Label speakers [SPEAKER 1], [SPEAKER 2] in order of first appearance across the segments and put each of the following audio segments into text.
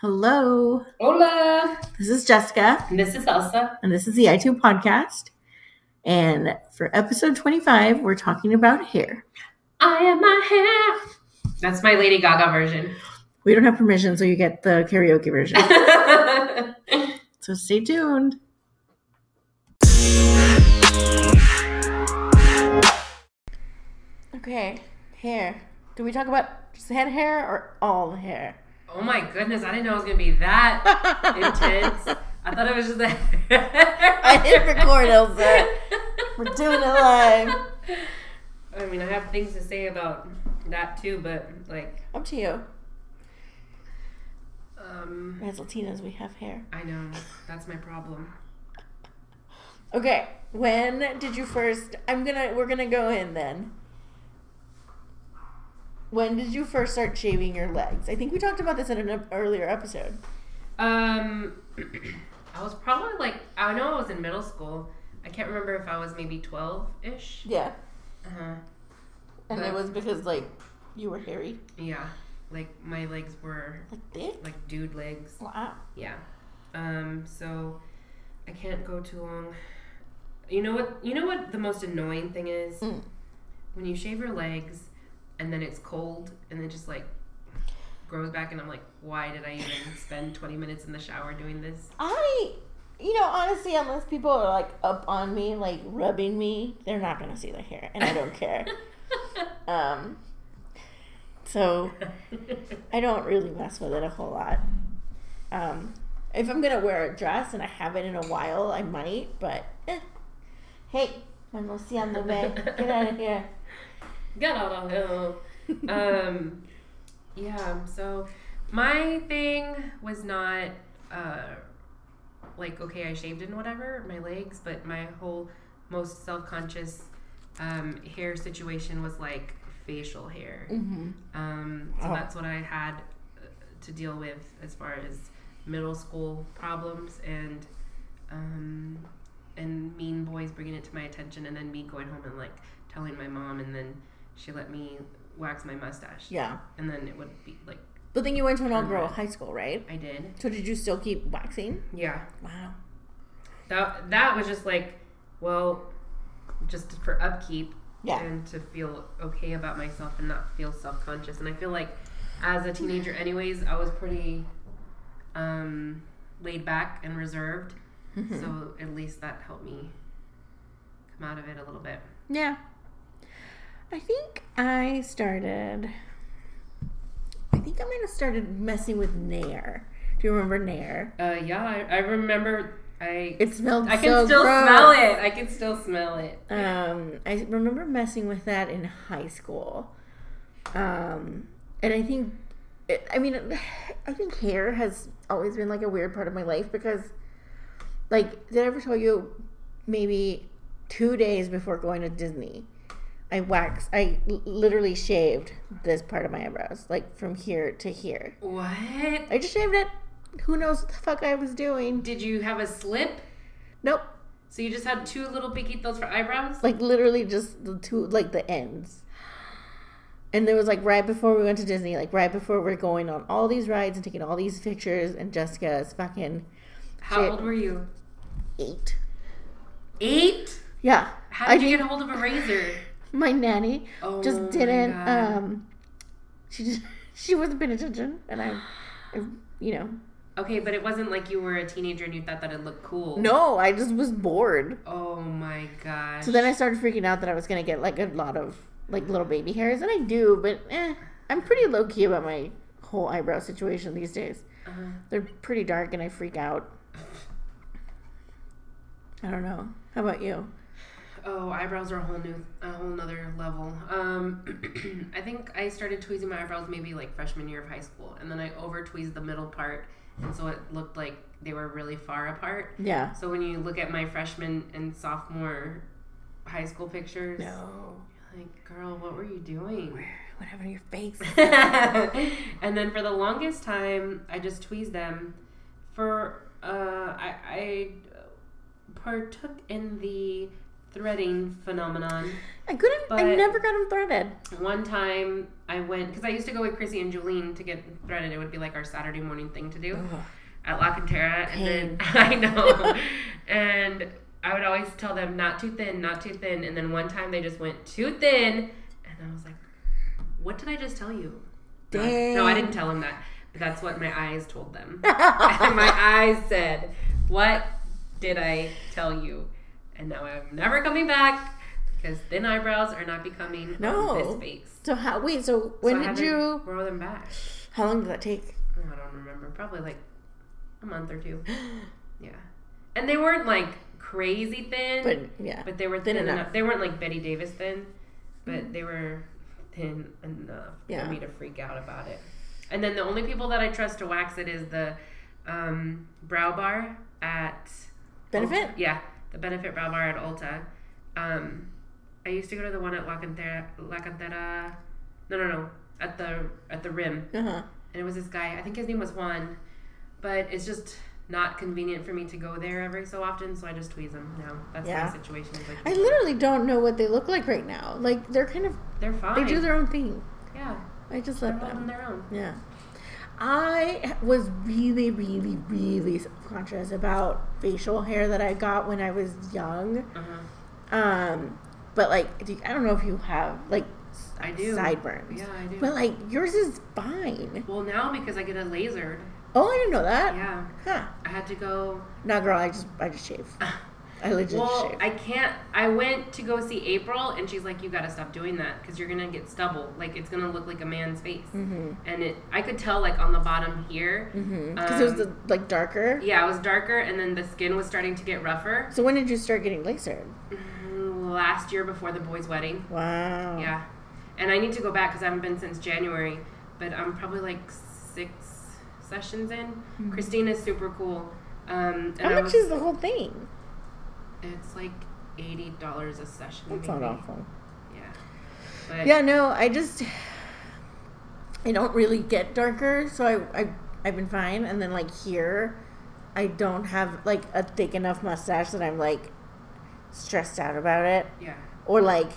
[SPEAKER 1] Hello,
[SPEAKER 2] Hola,
[SPEAKER 1] this is Jessica,
[SPEAKER 2] and this is Elsa.
[SPEAKER 1] and this is the I2 podcast. And for episode 25, we're talking about hair.
[SPEAKER 2] I am my hair. That's my Lady Gaga version.
[SPEAKER 1] We don't have permission, so you get the karaoke version.
[SPEAKER 2] Oh Hi,
[SPEAKER 1] so stay tuned. Okay, hair. Do we talk about just head hair or all hair?
[SPEAKER 2] Oh my goodness, I didn't know it was gonna be that intense. I thought it was just that. I
[SPEAKER 1] hit record, Elsa. We're doing it live.
[SPEAKER 2] I mean, I have things to say about that too, but like,
[SPEAKER 1] Up to you.
[SPEAKER 2] um,
[SPEAKER 1] As Latinas, we have hair.
[SPEAKER 2] I know that's my problem.
[SPEAKER 1] Okay, when did you first? I'm gonna. We're gonna go in then. When did you first start shaving your legs? I think we talked about this in an ep- earlier episode.
[SPEAKER 2] Um, I was probably like, I know I was in middle school. I can't remember if I was maybe twelve ish.
[SPEAKER 1] Yeah,
[SPEAKER 2] Uh-huh.
[SPEAKER 1] and it
[SPEAKER 2] But-
[SPEAKER 1] was because like you were hairy,
[SPEAKER 2] Yeah, like my legs were
[SPEAKER 1] like this.
[SPEAKER 2] like dude legs.
[SPEAKER 1] Wow.
[SPEAKER 2] Yeah. Um, so I can't go too long. You know what you know what the most annoying thing is?
[SPEAKER 1] Mm.
[SPEAKER 2] When you shave your legs and then it's cold and then just like grows back and I'm like, why did I even spend twenty minutes in the shower doing this?
[SPEAKER 1] I, you know, honestly, unless people are like up on me, like rubbing me, they're not gonna see the hair, and I don't care. Um, so I don't really mess with it a whole lot. Um, if I'm gonna wear a dress and I haven't in a while, I might. But eh. hey, vamos yando, babe. Get out of here.
[SPEAKER 2] Get out of here. um yeah so my thing was not uh like okay i shaved and whatever my legs but my whole most self-conscious um hair situation was like facial hair
[SPEAKER 1] hmm
[SPEAKER 2] um so
[SPEAKER 1] Oh.
[SPEAKER 2] that's what i had uh, to deal with as far as middle school problems and um and mean boys bringing it to my attention and then me going home and like telling my mom and then she let me wax my mustache
[SPEAKER 1] Yeah.
[SPEAKER 2] and then it would be like
[SPEAKER 1] But then you went to an all-girl high school, right?
[SPEAKER 2] I did.
[SPEAKER 1] So did you still keep waxing?
[SPEAKER 2] Yeah.
[SPEAKER 1] Wow.
[SPEAKER 2] That that was just like, well, just for upkeep
[SPEAKER 1] Yeah.
[SPEAKER 2] and to feel okay about myself and not feel self conscious. And I feel like as a teenager anyways, I was pretty um laid back and reserved.
[SPEAKER 1] Mm-hmm.
[SPEAKER 2] So at least that helped me come out of it a little bit.
[SPEAKER 1] Yeah. I think I started. I think I might have started messing with Nair. Do you remember Nair?
[SPEAKER 2] Uh yeah, I, I remember I
[SPEAKER 1] It smelled
[SPEAKER 2] I can
[SPEAKER 1] so
[SPEAKER 2] still
[SPEAKER 1] gross.
[SPEAKER 2] smell it. I can still smell it.
[SPEAKER 1] Um, I remember messing with that in high school. Um, and I think, it, I mean, I think hair has always been like a weird part of my life because, like, did I ever tell you maybe two days before going to Disney, I waxed, I l- literally shaved this part of my eyebrows, like from here to here.
[SPEAKER 2] What?
[SPEAKER 1] I just shaved it. Who knows what the fuck I was doing?
[SPEAKER 2] Did you have a slip?
[SPEAKER 1] Nope.
[SPEAKER 2] So you just had two little piquitos for eyebrows?
[SPEAKER 1] like literally just the two like the ends and there was like right before we went to disney like right before we're going on all these rides and taking all these pictures and jessica is fucking
[SPEAKER 2] How
[SPEAKER 1] Shit.
[SPEAKER 2] old were you?
[SPEAKER 1] eight
[SPEAKER 2] Eight?
[SPEAKER 1] yeah
[SPEAKER 2] How
[SPEAKER 1] I
[SPEAKER 2] did you get a hold of a razor?
[SPEAKER 1] my nanny
[SPEAKER 2] Oh
[SPEAKER 1] just
[SPEAKER 2] my
[SPEAKER 1] didn't
[SPEAKER 2] God.
[SPEAKER 1] um she just she wasn't paying attention and I, I you know
[SPEAKER 2] Okay, but it wasn't like you were a teenager and you thought that it looked cool.
[SPEAKER 1] no i just was bored
[SPEAKER 2] Oh my gosh.
[SPEAKER 1] so then i started freaking out that i was gonna get like a lot of like little baby hairs and i do but eh, i'm pretty low-key about my whole eyebrow situation these days
[SPEAKER 2] Uh,
[SPEAKER 1] They're pretty dark and I freak out. I don't know. How about you?
[SPEAKER 2] oh, eyebrows are a whole new, a whole nother level. Um, I think I started tweezing my eyebrows maybe like freshman year of high school, and then I over tweezed the middle part, and so it looked like they were really far apart.
[SPEAKER 1] Yeah.
[SPEAKER 2] So when you look at my freshman and sophomore high school pictures,
[SPEAKER 1] No.
[SPEAKER 2] like, girl, what were you doing?
[SPEAKER 1] What happened to your face?
[SPEAKER 2] and then for the longest time, I just tweezed them. For uh, I, I partook in the threading phenomenon.
[SPEAKER 1] I couldn't. I
[SPEAKER 2] But-
[SPEAKER 1] never got them threaded.
[SPEAKER 2] One time I went because I used to go with Chrissy and Jolene to get threaded. It would be like our Saturday morning thing to do
[SPEAKER 1] Ugh.
[SPEAKER 2] at La Cantera, and
[SPEAKER 1] Pain.
[SPEAKER 2] then I know, and I would always tell them not too thin, not too thin, and then one time they just went too thin, and I was like, "What did I just tell you?" No, I- No, I
[SPEAKER 1] Dang.
[SPEAKER 2] didn't tell them that, but that's what my eyes told them. my eyes said, "What did I tell you?" And now I'm never coming back because thin eyebrows are not becoming
[SPEAKER 1] No.
[SPEAKER 2] on this face.
[SPEAKER 1] So how? Wait. So when
[SPEAKER 2] So I
[SPEAKER 1] did
[SPEAKER 2] haven't
[SPEAKER 1] you?
[SPEAKER 2] grow them back?
[SPEAKER 1] How long did that take?
[SPEAKER 2] Oh, I don't remember. Probably like a month or two. Yeah, and they weren't like crazy thin,
[SPEAKER 1] But
[SPEAKER 2] but,
[SPEAKER 1] yeah.
[SPEAKER 2] they were
[SPEAKER 1] thin
[SPEAKER 2] thin,
[SPEAKER 1] enough. Mm.
[SPEAKER 2] enough. They weren't like Betty Davis thin, but they were thin enough
[SPEAKER 1] Yeah.
[SPEAKER 2] for me to freak out about it. And then the only people that I trust to wax it is the um, brow bar at
[SPEAKER 1] Benefit.
[SPEAKER 2] Ulta- Yeah, the Benefit Brow Bar at Ulta. Um, I used to go to the one at La Cantera. La Cantera. No, no, no. At the at the Rim,
[SPEAKER 1] Uh huh.
[SPEAKER 2] and it was this guy. I think his name was Juan, but it's just not convenient for me to go there every so often, so I just tweeze them now. That's
[SPEAKER 1] Yeah.
[SPEAKER 2] my situation. Is like,
[SPEAKER 1] I literally don't know what they look like right now. Like they're kind of
[SPEAKER 2] they're fine.
[SPEAKER 1] they do their own thing.
[SPEAKER 2] yeah,
[SPEAKER 1] I just
[SPEAKER 2] they're
[SPEAKER 1] let
[SPEAKER 2] holding
[SPEAKER 1] them.
[SPEAKER 2] their own.
[SPEAKER 1] Yeah. I was really, really, really self-conscious about facial hair that I got when I was young.
[SPEAKER 2] Uh-huh.
[SPEAKER 1] Um, but like, do you- I don't know if you have like s-
[SPEAKER 2] I do.
[SPEAKER 1] sideburns.
[SPEAKER 2] Yeah, I do.
[SPEAKER 1] But like yours is fine.
[SPEAKER 2] well, now because I get a lasered,
[SPEAKER 1] Oh, I didn't know that.
[SPEAKER 2] yeah,
[SPEAKER 1] Huh.
[SPEAKER 2] I had to go
[SPEAKER 1] No, girl, I just I just shave. I legit
[SPEAKER 2] Well,
[SPEAKER 1] shave.
[SPEAKER 2] I can't. I went to go see April, and she's like, "You got to stop doing that because you're gonna get stubble. Like it's gonna look like a man's face."
[SPEAKER 1] Mhm.
[SPEAKER 2] And it, I could tell like on the bottom here.
[SPEAKER 1] Mhm. Because it was the, like darker.
[SPEAKER 2] Um, Yeah, it was darker, and then the skin was starting to get rougher.
[SPEAKER 1] So when did you start getting lasered?
[SPEAKER 2] Mm, Last year before the boy's wedding.
[SPEAKER 1] Wow.
[SPEAKER 2] Yeah, and I need to go back because I haven't been since January, but I'm probably like six sessions in. Christina's super cool. Um, and
[SPEAKER 1] Hmm. How
[SPEAKER 2] I
[SPEAKER 1] much
[SPEAKER 2] was-
[SPEAKER 1] is the whole thing?
[SPEAKER 2] It's like eighty dollars a session.
[SPEAKER 1] That's
[SPEAKER 2] maybe.
[SPEAKER 1] not awful.
[SPEAKER 2] Yeah. But
[SPEAKER 1] Yeah, no, I just I don't really get darker, so I, I I've been fine. And then like here, I don't have like a thick enough mustache that I'm like stressed out about it,
[SPEAKER 2] Yeah.
[SPEAKER 1] or like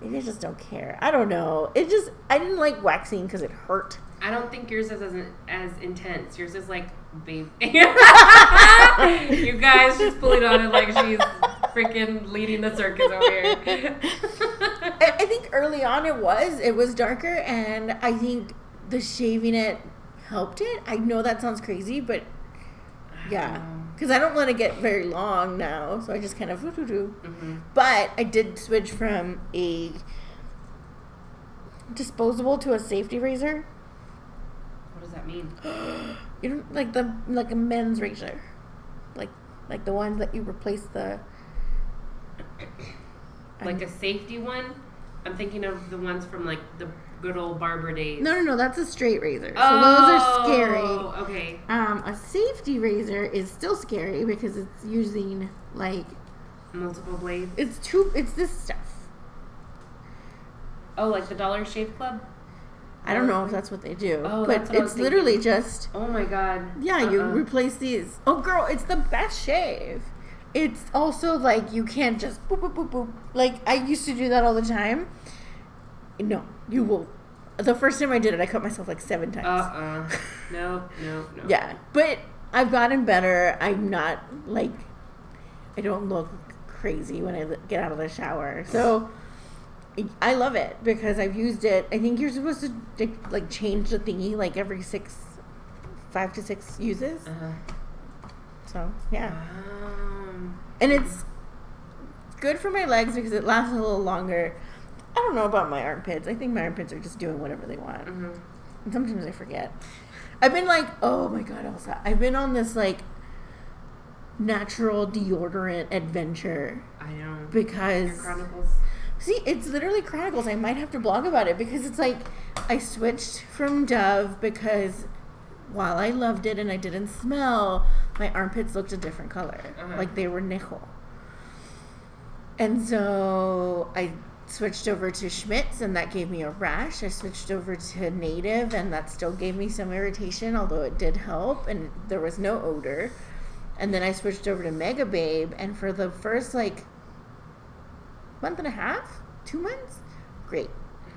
[SPEAKER 1] maybe I just don't care. I don't know. It just I didn't like waxing because it hurt.
[SPEAKER 2] I don't think yours is as, as intense. Yours is like, babe. you guys, she's pulling on it like she's freaking leading the circus over here.
[SPEAKER 1] I, I think early on it was it was darker, and I think the shaving it helped it. I know that sounds crazy, but yeah,
[SPEAKER 2] Um,
[SPEAKER 1] because I don't want to get very long now, so I just kind of doo-doo-doo.
[SPEAKER 2] hmm
[SPEAKER 1] But I did switch from a disposable to a safety razor.
[SPEAKER 2] What does that mean?
[SPEAKER 1] You know, like the like a men's razor, like like the ones that you replace the
[SPEAKER 2] Like a safety one? I'm thinking of the ones from like the good old barber days.
[SPEAKER 1] no no no that's a straight razor. So
[SPEAKER 2] oh,
[SPEAKER 1] those are scary.
[SPEAKER 2] Okay.
[SPEAKER 1] Um, a safety razor is still scary because it's using like
[SPEAKER 2] Multiple blades.
[SPEAKER 1] it's too it's this stuff.
[SPEAKER 2] Oh, like the Dollar Shave Club?
[SPEAKER 1] I don't know if that's what they do,
[SPEAKER 2] Oh,
[SPEAKER 1] but
[SPEAKER 2] that's what I was
[SPEAKER 1] it's literally just
[SPEAKER 2] Oh my god.
[SPEAKER 1] yeah. You
[SPEAKER 2] Uh-uh.
[SPEAKER 1] replace these. Oh, girl, it's the best shave. It's also like you can't just boop boop boop boop. Like I used to do that all the time. No, you will. The first time I did it, I cut myself like seven times.
[SPEAKER 2] Uh-uh. No, no, no.
[SPEAKER 1] Yeah, but I've gotten better. I'm not like I don't look crazy when I li- get out of the shower. So I love it because I've used it. I think you're supposed to like- like change the thingy like every six, five to six uses.
[SPEAKER 2] Uh-huh.
[SPEAKER 1] So yeah,
[SPEAKER 2] Um,
[SPEAKER 1] and it's good for my legs because it lasts a little longer. I don't know about my armpits. I think my armpits are just doing whatever they want.
[SPEAKER 2] mhm.
[SPEAKER 1] And sometimes I forget. I've been like, oh my god, Elsa. I've been on this like natural deodorant adventure
[SPEAKER 2] I don't.
[SPEAKER 1] because
[SPEAKER 2] Chronicles.
[SPEAKER 1] see, it's literally chronicles. I might have to blog about it because it's like I switched from Dove because while I loved it and I didn't smell, my armpits looked a different color,
[SPEAKER 2] Uh-huh.
[SPEAKER 1] like they were nickel. And so I switched over to Schmidt's, and that gave me a rash. I switched over to Native, and that still gave me some irritation, although it did help, and there was no odor. And then I switched over to Mega Babe, and for the first like month and a half, two months, great.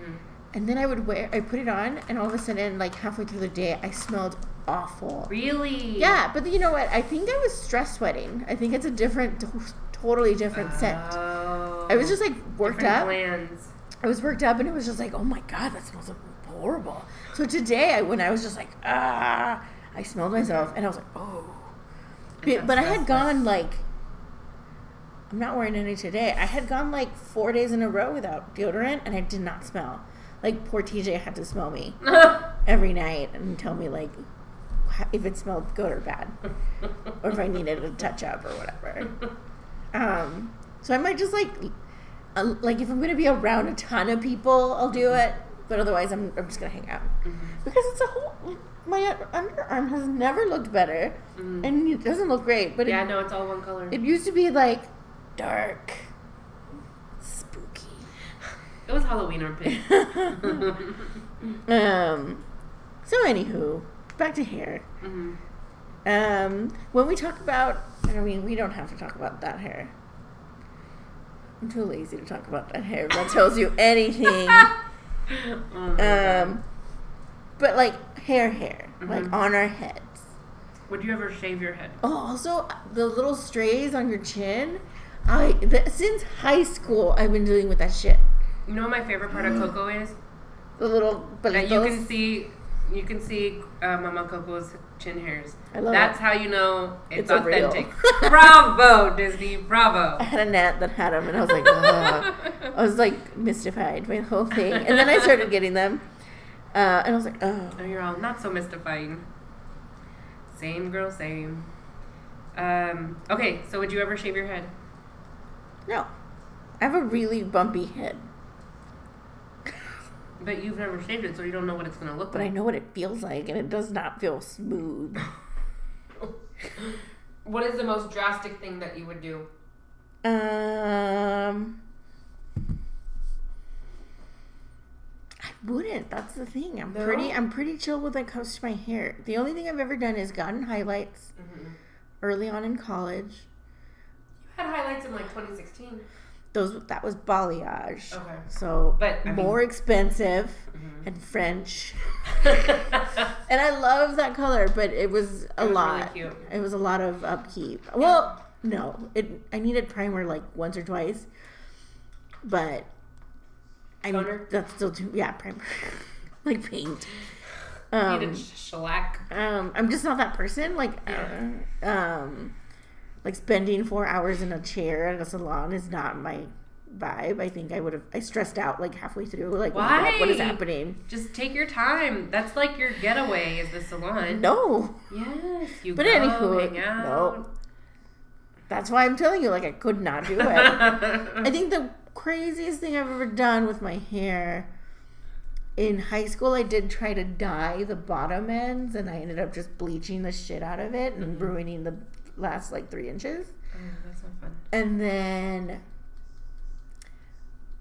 [SPEAKER 2] Mhm.
[SPEAKER 1] And then I would wear, I put it on, and all of a sudden, like halfway through the day, I smelled awful.
[SPEAKER 2] Really?
[SPEAKER 1] Yeah, but you know what? I think I was stress sweating. I think it's a different, totally different scent.
[SPEAKER 2] Oh.
[SPEAKER 1] I was just like worked
[SPEAKER 2] Different
[SPEAKER 1] up.
[SPEAKER 2] Glands.
[SPEAKER 1] I was worked up, and it was just like, oh my god, that smells horrible. So today, I, when I was just like, ah, I smelled myself, and I was like, oh. But, but I had gone like, I'm not wearing any today. I had gone like four days in a row without deodorant, and I did not smell. Like poor TJ had to smell me every night and tell me like wh- if it smelled good or bad, or if I needed a touch up or whatever. Um, so I might just like, uh, like if I'm gonna be around a ton of people, I'll do it. But otherwise, I'm, I'm just gonna hang out
[SPEAKER 2] Mm-hmm.
[SPEAKER 1] because it's a whole. My underarm has never looked better,
[SPEAKER 2] Mm.
[SPEAKER 1] and it doesn't look great. But
[SPEAKER 2] yeah, no, it's all one color.
[SPEAKER 1] it, it used to be like dark, spooky.
[SPEAKER 2] It was Halloween armpit.
[SPEAKER 1] um. So anywho, back to hair.
[SPEAKER 2] Mhm.
[SPEAKER 1] Um, when we talk about, I mean, we don't have to talk about that hair. I'm too lazy to talk about that hair. if That tells you anything.
[SPEAKER 2] Oh my God.
[SPEAKER 1] um, but like hair, hair, like
[SPEAKER 2] Mhm.
[SPEAKER 1] on our heads.
[SPEAKER 2] Would you ever shave your head?
[SPEAKER 1] Oh, also the little strays on your chin. I th- since high school, I've been dealing with that shit.
[SPEAKER 2] You know what my favorite part
[SPEAKER 1] Mm.
[SPEAKER 2] of Coco is?
[SPEAKER 1] The little, but
[SPEAKER 2] That you can see, you can see uh, Mama Coco's chin hairs.
[SPEAKER 1] I love
[SPEAKER 2] That's
[SPEAKER 1] it.
[SPEAKER 2] how you know it's,
[SPEAKER 1] It's a real.
[SPEAKER 2] authentic. bravo, Disney, bravo. Oh,
[SPEAKER 1] I had a net that had them, and I was like, Ugh. I was like mystified by the whole thing. And then I started getting them, uh, and I was like, oh.
[SPEAKER 2] Oh, you're all not so mystifying. Same girl, same. Um, okay, so would you ever shave your head?
[SPEAKER 1] No. I have a really bumpy head,
[SPEAKER 2] But you've never shaved it, so you don't know what it's gonna look
[SPEAKER 1] but I
[SPEAKER 2] like.
[SPEAKER 1] know what it feels like, and it does not feel smooth.
[SPEAKER 2] What is the most drastic thing that you would do?
[SPEAKER 1] Um, I wouldn't. That's the thing. I'm
[SPEAKER 2] No?
[SPEAKER 1] pretty. I'm pretty chill when it comes to my hair. The only thing I've ever done is gotten highlights
[SPEAKER 2] Mm-hmm.
[SPEAKER 1] early on in college.
[SPEAKER 2] You had highlights in like 2016.
[SPEAKER 1] Those that was balayage,
[SPEAKER 2] Okay.
[SPEAKER 1] so
[SPEAKER 2] Oh. But, I mean-
[SPEAKER 1] more expensive and French. And I love that color, but it was a
[SPEAKER 2] It was really
[SPEAKER 1] lot.
[SPEAKER 2] cute.
[SPEAKER 1] It was a lot of upkeep. Well, no, it. I needed primer like once or twice, but I mean
[SPEAKER 2] Toner?
[SPEAKER 1] that's still too. Yeah, primer, like paint.
[SPEAKER 2] you did
[SPEAKER 1] Um,
[SPEAKER 2] sh- shellac.
[SPEAKER 1] um, I'm just not that person. Like,
[SPEAKER 2] Yeah.
[SPEAKER 1] uh, um, like spending four hours in a chair at a salon is not my vibe. I think I would have. I stressed out like halfway through. Like, what- what is
[SPEAKER 2] Why?
[SPEAKER 1] happening?
[SPEAKER 2] Just take your time. That's like your getaway is the salon.
[SPEAKER 1] No.
[SPEAKER 2] Yes, you
[SPEAKER 1] But
[SPEAKER 2] go
[SPEAKER 1] anywho,
[SPEAKER 2] hang out.
[SPEAKER 1] no. That's why I'm telling you, like, I could not do it. I think the craziest thing I've ever done with my hair in high school, I did try to dye the bottom ends, and I ended up just bleaching the shit out of it and ruining the last like three inches.
[SPEAKER 2] Oh, that's not fun.
[SPEAKER 1] And then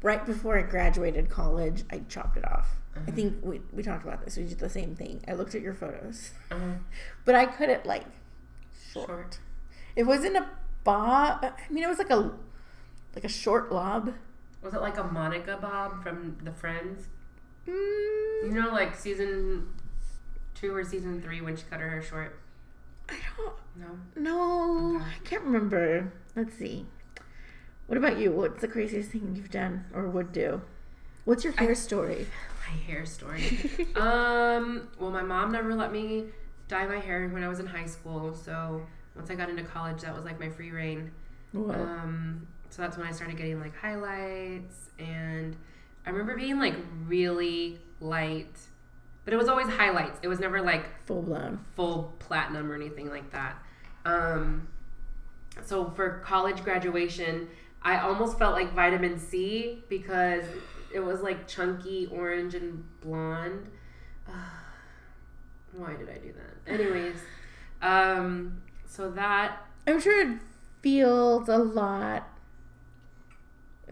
[SPEAKER 1] right before I graduated college, I chopped it off. I think we, we talked about this. We did the same thing. I looked at your photos,
[SPEAKER 2] Uh,
[SPEAKER 1] but I cut it like
[SPEAKER 2] short.
[SPEAKER 1] It wasn't a bob. I mean, it was like a like a short lob.
[SPEAKER 2] Was it like a Monica bob from The Friends? You
[SPEAKER 1] Mm,
[SPEAKER 2] know, like season two or season three when she cut her hair short.
[SPEAKER 1] I don't
[SPEAKER 2] No.
[SPEAKER 1] know. I can't remember. Let's see. What about you? What's the craziest thing you've done or would do? What's your hair story?
[SPEAKER 2] My hair story. um. Well, my mom never let me dye my hair when I was in high school. So once I got into college, that was like my free reign.
[SPEAKER 1] Whoa.
[SPEAKER 2] Um, so that's when I started getting like highlights, and I remember being like really light, but it was always highlights. It was never like
[SPEAKER 1] Full blown.
[SPEAKER 2] full platinum or anything like that. Um, so for college graduation, I almost felt like vitamin C because it was like chunky orange and blonde. Why did I do that? Anyways, um, so that
[SPEAKER 1] I'm sure it feels a lot.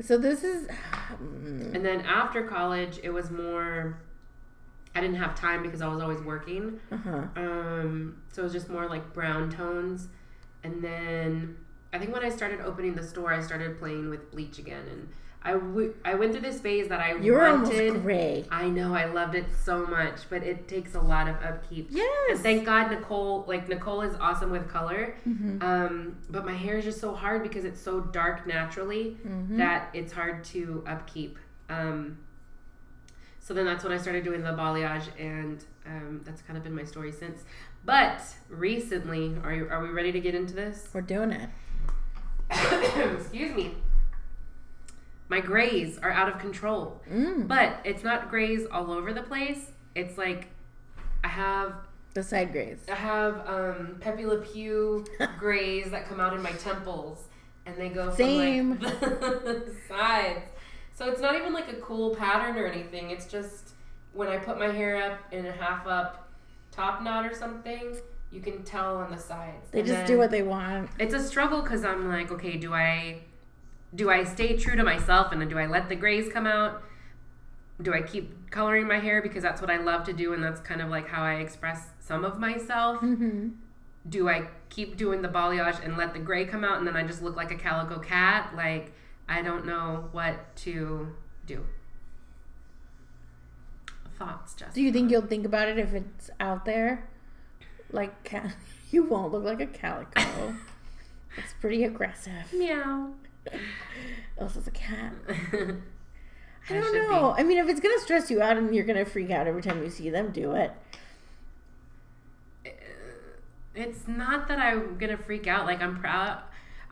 [SPEAKER 1] So this is. Mm,
[SPEAKER 2] And then after college, it was more. I didn't have time because I was always working.
[SPEAKER 1] uh huh.
[SPEAKER 2] Um, so it was just more like brown tones. And then I think when I started opening the store, I started playing with bleach again, and I, w- I went through this phase that I
[SPEAKER 1] You were almost
[SPEAKER 2] wanted.
[SPEAKER 1] gray.
[SPEAKER 2] I know I loved it so much, but it takes a lot of upkeep.
[SPEAKER 1] Yes.
[SPEAKER 2] And thank God Nicole, like Nicole is awesome with color.
[SPEAKER 1] Mhm.
[SPEAKER 2] Um, but my hair is just so hard because it's so dark naturally
[SPEAKER 1] mm-hmm.
[SPEAKER 2] that it's hard to upkeep. Um, so then that's when I started doing the balayage, and um, that's kind of been my story since. But recently, are you, are we ready to get into this?
[SPEAKER 1] We're doing it.
[SPEAKER 2] Excuse me. My grays are out of control.
[SPEAKER 1] Mm.
[SPEAKER 2] But it's not grays all over the place. It's like I have
[SPEAKER 1] The side grays.
[SPEAKER 2] I have um Pepe Le Pew grays that come out in my temples and they go from
[SPEAKER 1] Same.
[SPEAKER 2] like the sides. So it's not even like a cool pattern or anything. It's just when I put my hair up in a half up top knot or something, you can tell on the sides.
[SPEAKER 1] They
[SPEAKER 2] And
[SPEAKER 1] just
[SPEAKER 2] then-
[SPEAKER 1] do what they want.
[SPEAKER 2] it's a struggle because I'm like, okay, do I do I stay true to myself and then do I let the grays come out? Do I keep coloring my hair because that's what I love to do and that's kind of like how I express some of myself?
[SPEAKER 1] Mm-hmm.
[SPEAKER 2] Do I keep doing the balayage and let the gray come out and then I just look like a calico cat? Like I don't know what to do. Thoughts, Jessica?
[SPEAKER 1] Do you think you'll think about it if it's out there? Like, ca- you won't look like a calico. it's pretty aggressive.
[SPEAKER 2] meow?
[SPEAKER 1] Else it's a cat. I
[SPEAKER 2] I
[SPEAKER 1] don't
[SPEAKER 2] should
[SPEAKER 1] know. I mean, if it's gonna stress you out and you're gonna freak out every time you see them do it,
[SPEAKER 2] it's not that I'm gonna freak out. Like I'm proud.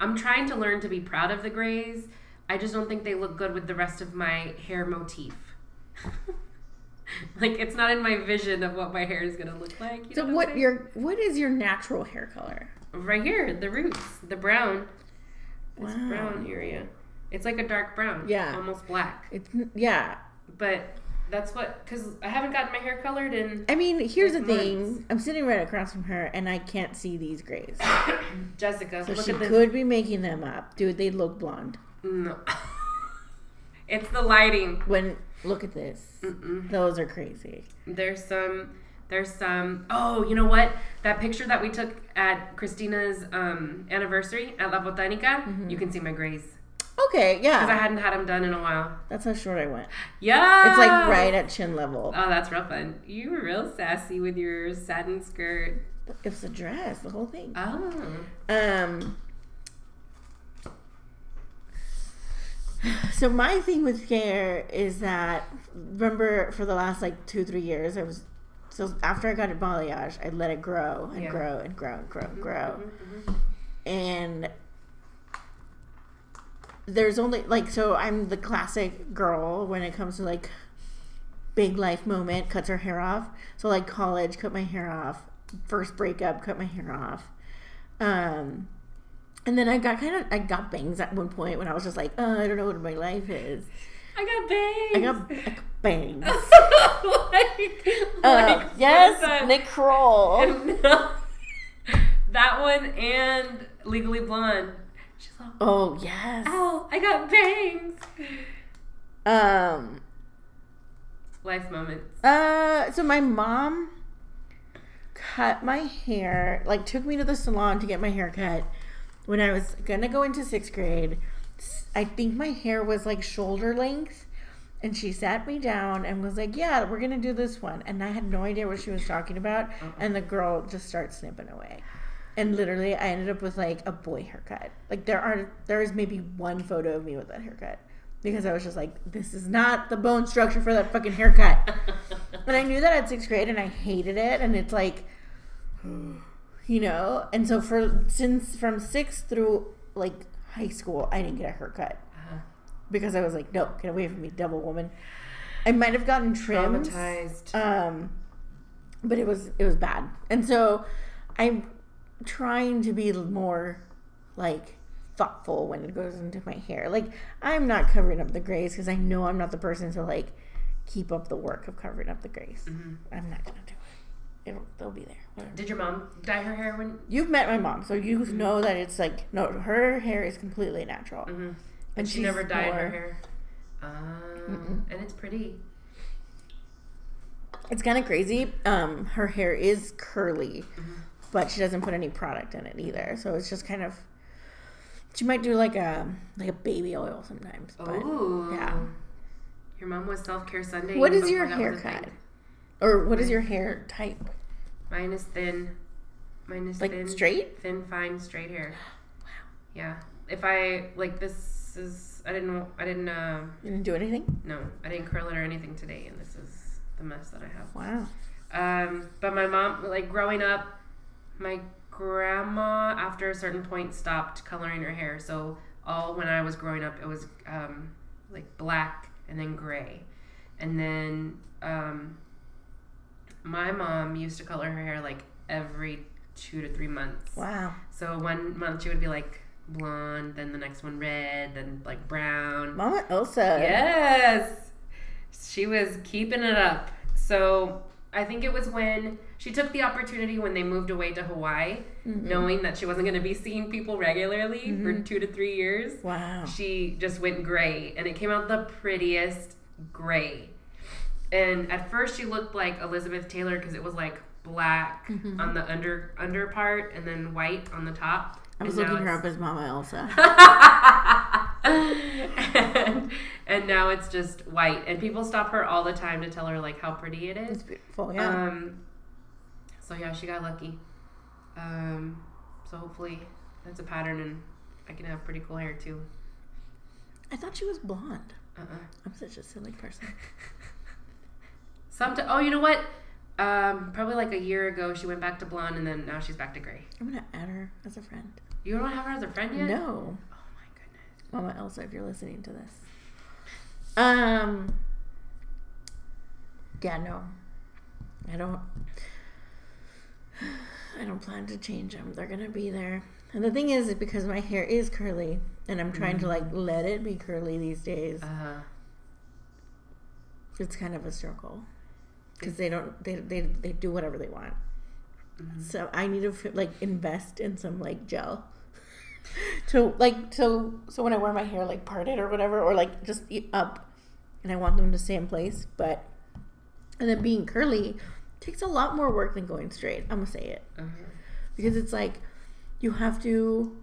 [SPEAKER 2] I'm trying to learn to be proud of the grays. I just don't think they look good with the rest of my hair motif. like it's not in my vision of what my hair is gonna look like. you
[SPEAKER 1] so
[SPEAKER 2] know I'm
[SPEAKER 1] what
[SPEAKER 2] saying?
[SPEAKER 1] your what is your natural hair color?
[SPEAKER 2] right here the roots, the brown, this
[SPEAKER 1] Wow.
[SPEAKER 2] brown area. It's like a dark brown.
[SPEAKER 1] Yeah.
[SPEAKER 2] almost black.
[SPEAKER 1] It's yeah.
[SPEAKER 2] But that's what because I haven't gotten my hair colored in
[SPEAKER 1] I mean, here's the
[SPEAKER 2] Like
[SPEAKER 1] thing. I'm sitting right across from her, and I can't see these grays.
[SPEAKER 2] Jessica.
[SPEAKER 1] So
[SPEAKER 2] look
[SPEAKER 1] she
[SPEAKER 2] at this.
[SPEAKER 1] could be making them up, dude. They look blonde.
[SPEAKER 2] No. it's the lighting.
[SPEAKER 1] When look at this,
[SPEAKER 2] Mm-mm.
[SPEAKER 1] those are crazy.
[SPEAKER 2] There's some. There's some. Oh, you know what? That picture that we took at Christina's um, anniversary at La Botanica.
[SPEAKER 1] Mm-hmm.
[SPEAKER 2] You can see my grays
[SPEAKER 1] Okay,
[SPEAKER 2] because I
[SPEAKER 1] yeah,
[SPEAKER 2] hadn't had them done in a while.
[SPEAKER 1] that's how short I went.
[SPEAKER 2] Yeah.
[SPEAKER 1] It's like right at chin level.
[SPEAKER 2] Oh, that's real fun. You were real sassy with your satin skirt.
[SPEAKER 1] It was a dress, the whole thing.
[SPEAKER 2] Oh.
[SPEAKER 1] Um. So my thing with hair is that remember for the last like two three years I was so after I got a balayage I let it grow and
[SPEAKER 2] Yeah.
[SPEAKER 1] grow and grow and grow and grow
[SPEAKER 2] Mhm.
[SPEAKER 1] and there's only like so I'm the classic girl when it comes to like big life moment cuts her hair off so like college cut my hair off first breakup cut my hair off um and then I got kind of I got bangs at one point when I was just like oh, I don't know what my life is
[SPEAKER 2] I got bangs.
[SPEAKER 1] I got, I got bangs
[SPEAKER 2] like,
[SPEAKER 1] uh,
[SPEAKER 2] like
[SPEAKER 1] yes
[SPEAKER 2] percent.
[SPEAKER 1] Nick Kroll
[SPEAKER 2] that one and Legally Blonde. She's like,
[SPEAKER 1] oh yes
[SPEAKER 2] ow, I got bangs.
[SPEAKER 1] um
[SPEAKER 2] Life moments.
[SPEAKER 1] Uh, so my mom cut my hair, like took me to the salon to get my hair cut when I was gonna go into sixth grade. S- I think my hair was like shoulder length, and she sat me down and was like, "Yeah, we're gonna do this one," and I had no idea what she was talking about, and the girl just starts snipping away. And literally, I ended up with like a boy haircut. Like there are there is maybe one photo of me with that haircut because I was just like, this is not the bone structure for that fucking haircut. And I knew that at sixth grade, and I hated it. And it's like, you know. And so for since from sixth through like high school, I didn't get a haircut
[SPEAKER 2] Uh,
[SPEAKER 1] because I was like, no, get away from me, devil woman. I might have gotten trims,
[SPEAKER 2] traumatized.
[SPEAKER 1] um, but it was it was bad. And so I'm trying to be more like thoughtful when it goes into my hair. Like I'm not covering up the grays because I know I'm not the person to like keep up the work of covering up the grays.
[SPEAKER 2] Mhm.
[SPEAKER 1] I'm not gonna do it. It'll they'll be there. Whatever.
[SPEAKER 2] Did your mom dye her hair when?
[SPEAKER 1] You've met my mom, so you know that it's like no, her hair is completely natural,
[SPEAKER 2] Mhm.
[SPEAKER 1] and
[SPEAKER 2] She never
[SPEAKER 1] she's
[SPEAKER 2] dyed her
[SPEAKER 1] more-
[SPEAKER 2] hair. Um,
[SPEAKER 1] Mm-mm.
[SPEAKER 2] and it's pretty.
[SPEAKER 1] It's kind of crazy. Um, her hair is curly, but she doesn't put any product in it either. So it's just kind of. She might do like a like a baby oil sometimes. But
[SPEAKER 2] Ooh.
[SPEAKER 1] yeah.
[SPEAKER 2] Your mom was self care Sunday.
[SPEAKER 1] what
[SPEAKER 2] even
[SPEAKER 1] is your
[SPEAKER 2] before that was a
[SPEAKER 1] haircut?
[SPEAKER 2] thing.
[SPEAKER 1] Or what is your hair type?
[SPEAKER 2] Mine is thin. Mine is
[SPEAKER 1] Like
[SPEAKER 2] thin.
[SPEAKER 1] straight?
[SPEAKER 2] Thin, fine, straight hair. Yeah. If I like this is I didn't I didn't uh,
[SPEAKER 1] You didn't do anything?
[SPEAKER 2] no I didn't curl it or anything today, and this is the mess that I have.
[SPEAKER 1] Wow.
[SPEAKER 2] Um, but my mom, like growing up, my grandma after a certain point stopped coloring her hair. So all when I was growing up, it was um, like black and then gray, and then um, my mom used to color her hair like every two to three months.
[SPEAKER 1] Wow.
[SPEAKER 2] So one month she would be like blonde, then the next one red, then like brown.
[SPEAKER 1] Mama Elsa.
[SPEAKER 2] Yes. She was keeping it up. So I think it was when she took the opportunity when they moved away to Hawaii,
[SPEAKER 1] Mhm.
[SPEAKER 2] knowing that she wasn't going to be seeing people regularly for
[SPEAKER 1] Mhm.
[SPEAKER 2] two to three years.
[SPEAKER 1] Wow.
[SPEAKER 2] She just went gray, and it came out the prettiest gray. And at first, she looked like Elizabeth Taylor because it was like black
[SPEAKER 1] Mhm.
[SPEAKER 2] on the under under part and then white on the top.
[SPEAKER 1] I was
[SPEAKER 2] And now
[SPEAKER 1] looking her
[SPEAKER 2] it's-
[SPEAKER 1] up as Mama Elsa.
[SPEAKER 2] and, and now it's just white. And people stop her all the time to tell her like how pretty it
[SPEAKER 1] It's
[SPEAKER 2] is.
[SPEAKER 1] beautiful. Yeah.
[SPEAKER 2] Um, so yeah, she got lucky. Um, so hopefully that's a pattern, and I can have pretty cool hair too.
[SPEAKER 1] I thought she was blonde.
[SPEAKER 2] Uh uh
[SPEAKER 1] I'm such a silly person.
[SPEAKER 2] Some. oh, you know what? Um, probably like a year ago, she went back to blonde, and then now she's back to gray.
[SPEAKER 1] I'm gonna add her as a friend.
[SPEAKER 2] You don't have her as a friend yet?
[SPEAKER 1] No,
[SPEAKER 2] Oh my goodness.
[SPEAKER 1] Mama Elsa, if you're listening to this. Um. Yeah, no, I don't. I don't plan to change them. They're gonna be there. And the thing is, is because my hair is curly, and I'm trying to like let it be curly these days.
[SPEAKER 2] Uh,
[SPEAKER 1] It's kind of a circle because they don't they, they they do whatever they want. So I need to fi- like invest in some like gel to like so so when I wear my hair like parted or whatever or like just e- up, and I want them to stay in place. But and then being curly takes a lot more work than going straight. I'm gonna say it
[SPEAKER 2] uh
[SPEAKER 1] because it's like you have to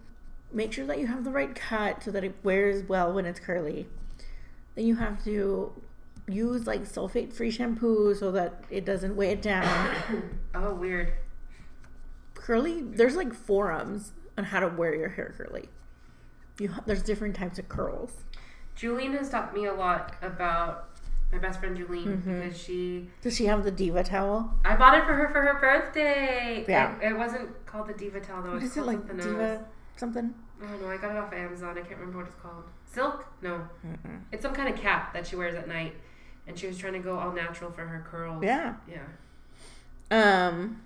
[SPEAKER 1] make sure that you have the right cut so that it wears well when it's curly. Then you have to use like sulfate free shampoo so that it doesn't weigh it down.
[SPEAKER 2] Oh, weird.
[SPEAKER 1] curly, there's like forums on how to wear your hair curly. You ha- there's different types of curls.
[SPEAKER 2] Julene has taught me a lot about my best friend Julene
[SPEAKER 1] Mhm.
[SPEAKER 2] because she
[SPEAKER 1] Does she have the diva towel?
[SPEAKER 2] I bought it for her for her birthday.
[SPEAKER 1] Yeah.
[SPEAKER 2] It, it wasn't called the Diva Towel though.
[SPEAKER 1] What
[SPEAKER 2] It was
[SPEAKER 1] is it
[SPEAKER 2] Oh, called
[SPEAKER 1] like
[SPEAKER 2] something else.
[SPEAKER 1] diva something?
[SPEAKER 2] I don't know. I got it off Amazon. I can't remember what it's called. Silk? No.
[SPEAKER 1] Mm-mm.
[SPEAKER 2] It's some kind of cap that she wears at night. And she was trying to go all natural for her curls.
[SPEAKER 1] Yeah.
[SPEAKER 2] Yeah.
[SPEAKER 1] Um,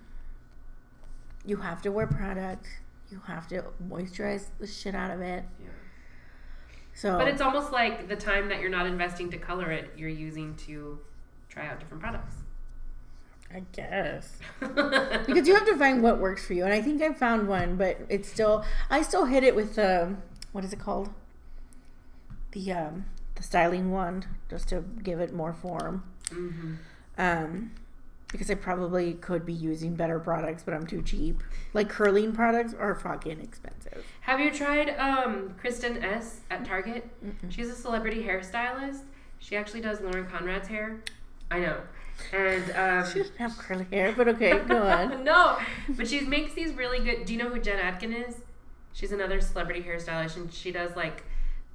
[SPEAKER 1] you have to wear product. You have to moisturize the shit out of it.
[SPEAKER 2] yeah.
[SPEAKER 1] So,
[SPEAKER 2] But it's almost like the time that you're not investing to color it, you're using to try out different products.
[SPEAKER 1] I guess. because you have to find what works for you and i think i found one but it's still i still hit it with the what is it called the um the styling wand just to give it more form
[SPEAKER 2] hmm
[SPEAKER 1] um because i probably could be using better products but i'm too cheap like curling products are fucking expensive
[SPEAKER 2] Have you tried um, Kristen S at Target? She's a celebrity hairstylist. She actually does Lauren Conrad's hair. I know. And um,
[SPEAKER 1] she doesn't have curly hair but okay go on
[SPEAKER 2] no, but she makes these really good. Do you know who Jen Atkin is? She's another celebrity hairstylist, and she does like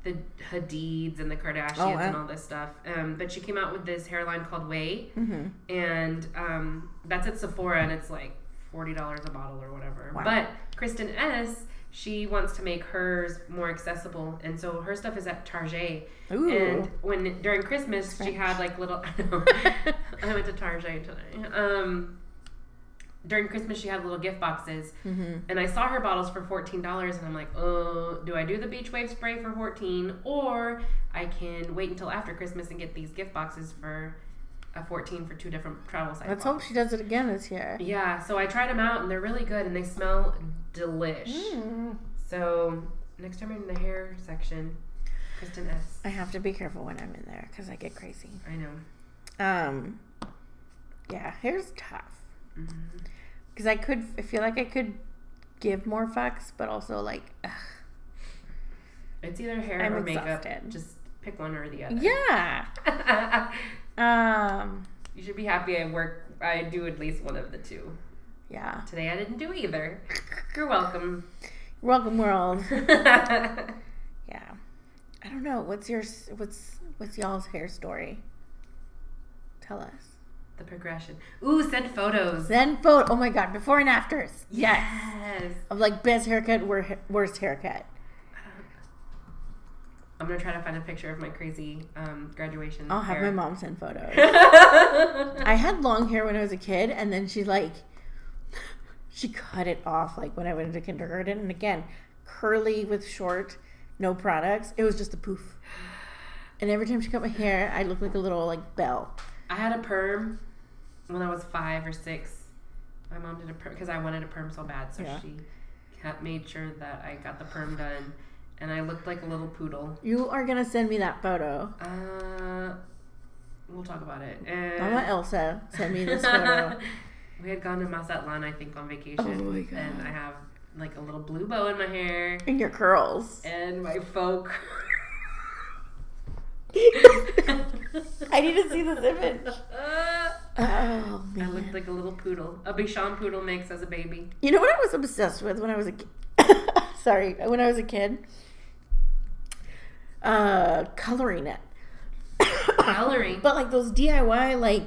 [SPEAKER 2] the Hadids and the Kardashians
[SPEAKER 1] Oh, wow.
[SPEAKER 2] and all this stuff. Um, but she came out with this hairline called Way,
[SPEAKER 1] mm-hmm.
[SPEAKER 2] and um, that's at Sephora, and it's like forty dollars a bottle or whatever.
[SPEAKER 1] Wow.
[SPEAKER 2] But Kristen S. She wants to make hers more accessible, and so her stuff is at Target.
[SPEAKER 1] Ooh.
[SPEAKER 2] And when during Christmas, she had like little. I, know. I went to Target today. Um, during Christmas, she had little gift boxes,
[SPEAKER 1] mm-hmm.
[SPEAKER 2] and I saw her bottles for fourteen dollars, and I'm like, oh, do I do the beach wave spray for fourteen, or I can wait until after Christmas and get these gift boxes for a fourteen for two different travel sizes.
[SPEAKER 1] let's hope she does it again this year
[SPEAKER 2] Yeah, so I tried them out, and they're really good, and they smell delish.
[SPEAKER 1] Mm.
[SPEAKER 2] So next time I'm in the hair section, Kristen S.
[SPEAKER 1] i have to be careful when i'm in there because i get crazy
[SPEAKER 2] I know.
[SPEAKER 1] um yeah hair's tough
[SPEAKER 2] Mhm.
[SPEAKER 1] because I could I feel like I could give more fucks, but also like ugh.
[SPEAKER 2] It's either hair
[SPEAKER 1] I'm
[SPEAKER 2] or makeup.
[SPEAKER 1] exhausted.
[SPEAKER 2] Just pick one or the other.
[SPEAKER 1] yeah. Um.
[SPEAKER 2] you should be happy I work. I do at least one of the two.
[SPEAKER 1] Yeah.
[SPEAKER 2] Today I didn't do either. You're welcome.
[SPEAKER 1] Welcome world.
[SPEAKER 2] Mine
[SPEAKER 1] Yeah. I don't know. What's your what's what's y'all's hair story? Tell us.
[SPEAKER 2] the progression. Ooh, send photos.
[SPEAKER 1] Then vote. Oh my god, before and afters.
[SPEAKER 2] Yes.
[SPEAKER 1] Of like best haircut, wor- worst haircut.
[SPEAKER 2] I'm gonna try to find a picture of my crazy um, graduation.
[SPEAKER 1] I'll have my
[SPEAKER 2] hair.
[SPEAKER 1] mom send photos. I had long hair when I was a kid, and then she like she cut it off like when I went into kindergarten, and again curly with short, no products. It was just a poof. And every time she cut my hair, I looked like a little like bell.
[SPEAKER 2] I had a perm when I was five or six. My mom did a perm because I wanted a perm so bad, so
[SPEAKER 1] Yeah.
[SPEAKER 2] she kept, made sure that I got the perm done, and I looked like a little poodle.
[SPEAKER 1] You are gonna send me that photo.
[SPEAKER 2] Uh, we'll talk about it.
[SPEAKER 1] Mama
[SPEAKER 2] And
[SPEAKER 1] Elsa sent me this photo.
[SPEAKER 2] we had gone to Mazatlan, I think, on vacation,
[SPEAKER 1] Oh my
[SPEAKER 2] and
[SPEAKER 1] God.
[SPEAKER 2] I have like a little blue bow in my hair
[SPEAKER 1] and your curls.
[SPEAKER 2] and my folk.
[SPEAKER 1] I need to see this image. Oh man.
[SPEAKER 2] I looked like a little poodle, a Bichon poodle mix as a baby.
[SPEAKER 1] You know what I was obsessed with when I was a kid? Sorry, when I was a kid? Uh, coloring it. Ah,
[SPEAKER 2] Coloring.
[SPEAKER 1] But like those DIY, like,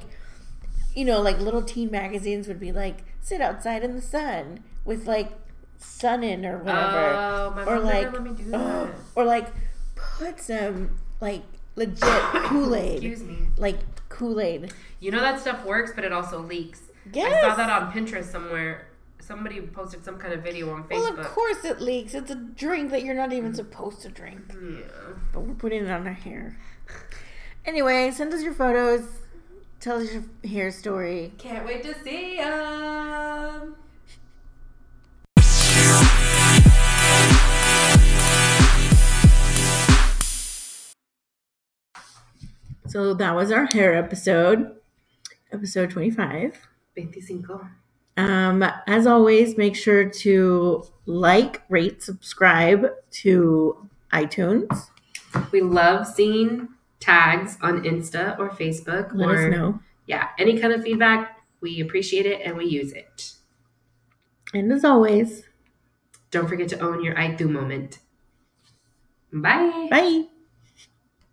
[SPEAKER 1] you know, like little teen magazines would be like, sit outside in the sun with like sun in or whatever.
[SPEAKER 2] Oh, my
[SPEAKER 1] or
[SPEAKER 2] mom
[SPEAKER 1] like,
[SPEAKER 2] never let me do
[SPEAKER 1] oh,
[SPEAKER 2] that.
[SPEAKER 1] or like put some like legit Kool Aid.
[SPEAKER 2] Excuse me.
[SPEAKER 1] Like Kool Aid.
[SPEAKER 2] You know that stuff works, but it also leaks.
[SPEAKER 1] Yes.
[SPEAKER 2] I saw that on Pinterest somewhere. Somebody posted some kind of video on
[SPEAKER 1] Well, of
[SPEAKER 2] Facebook. Mm-hmm.
[SPEAKER 1] course it leaks. It's a drink that you're not even supposed to drink.
[SPEAKER 2] Yeah.
[SPEAKER 1] But we're putting it on our hair. Anyway, send us your photos. Tell us your hair story.
[SPEAKER 2] Can't wait to see them.
[SPEAKER 1] So that was our hair episode, episode 25.
[SPEAKER 2] 25.
[SPEAKER 1] Um, as always, make sure to like, rate, subscribe to iTunes.
[SPEAKER 2] We love seeing tags on Insta or Facebook.
[SPEAKER 1] Let
[SPEAKER 2] or,
[SPEAKER 1] us know.
[SPEAKER 2] Yeah, any kind of feedback. We appreciate it and we use it.
[SPEAKER 1] And as always,
[SPEAKER 2] Don't forget to own your I do moment. Bye.
[SPEAKER 1] bye.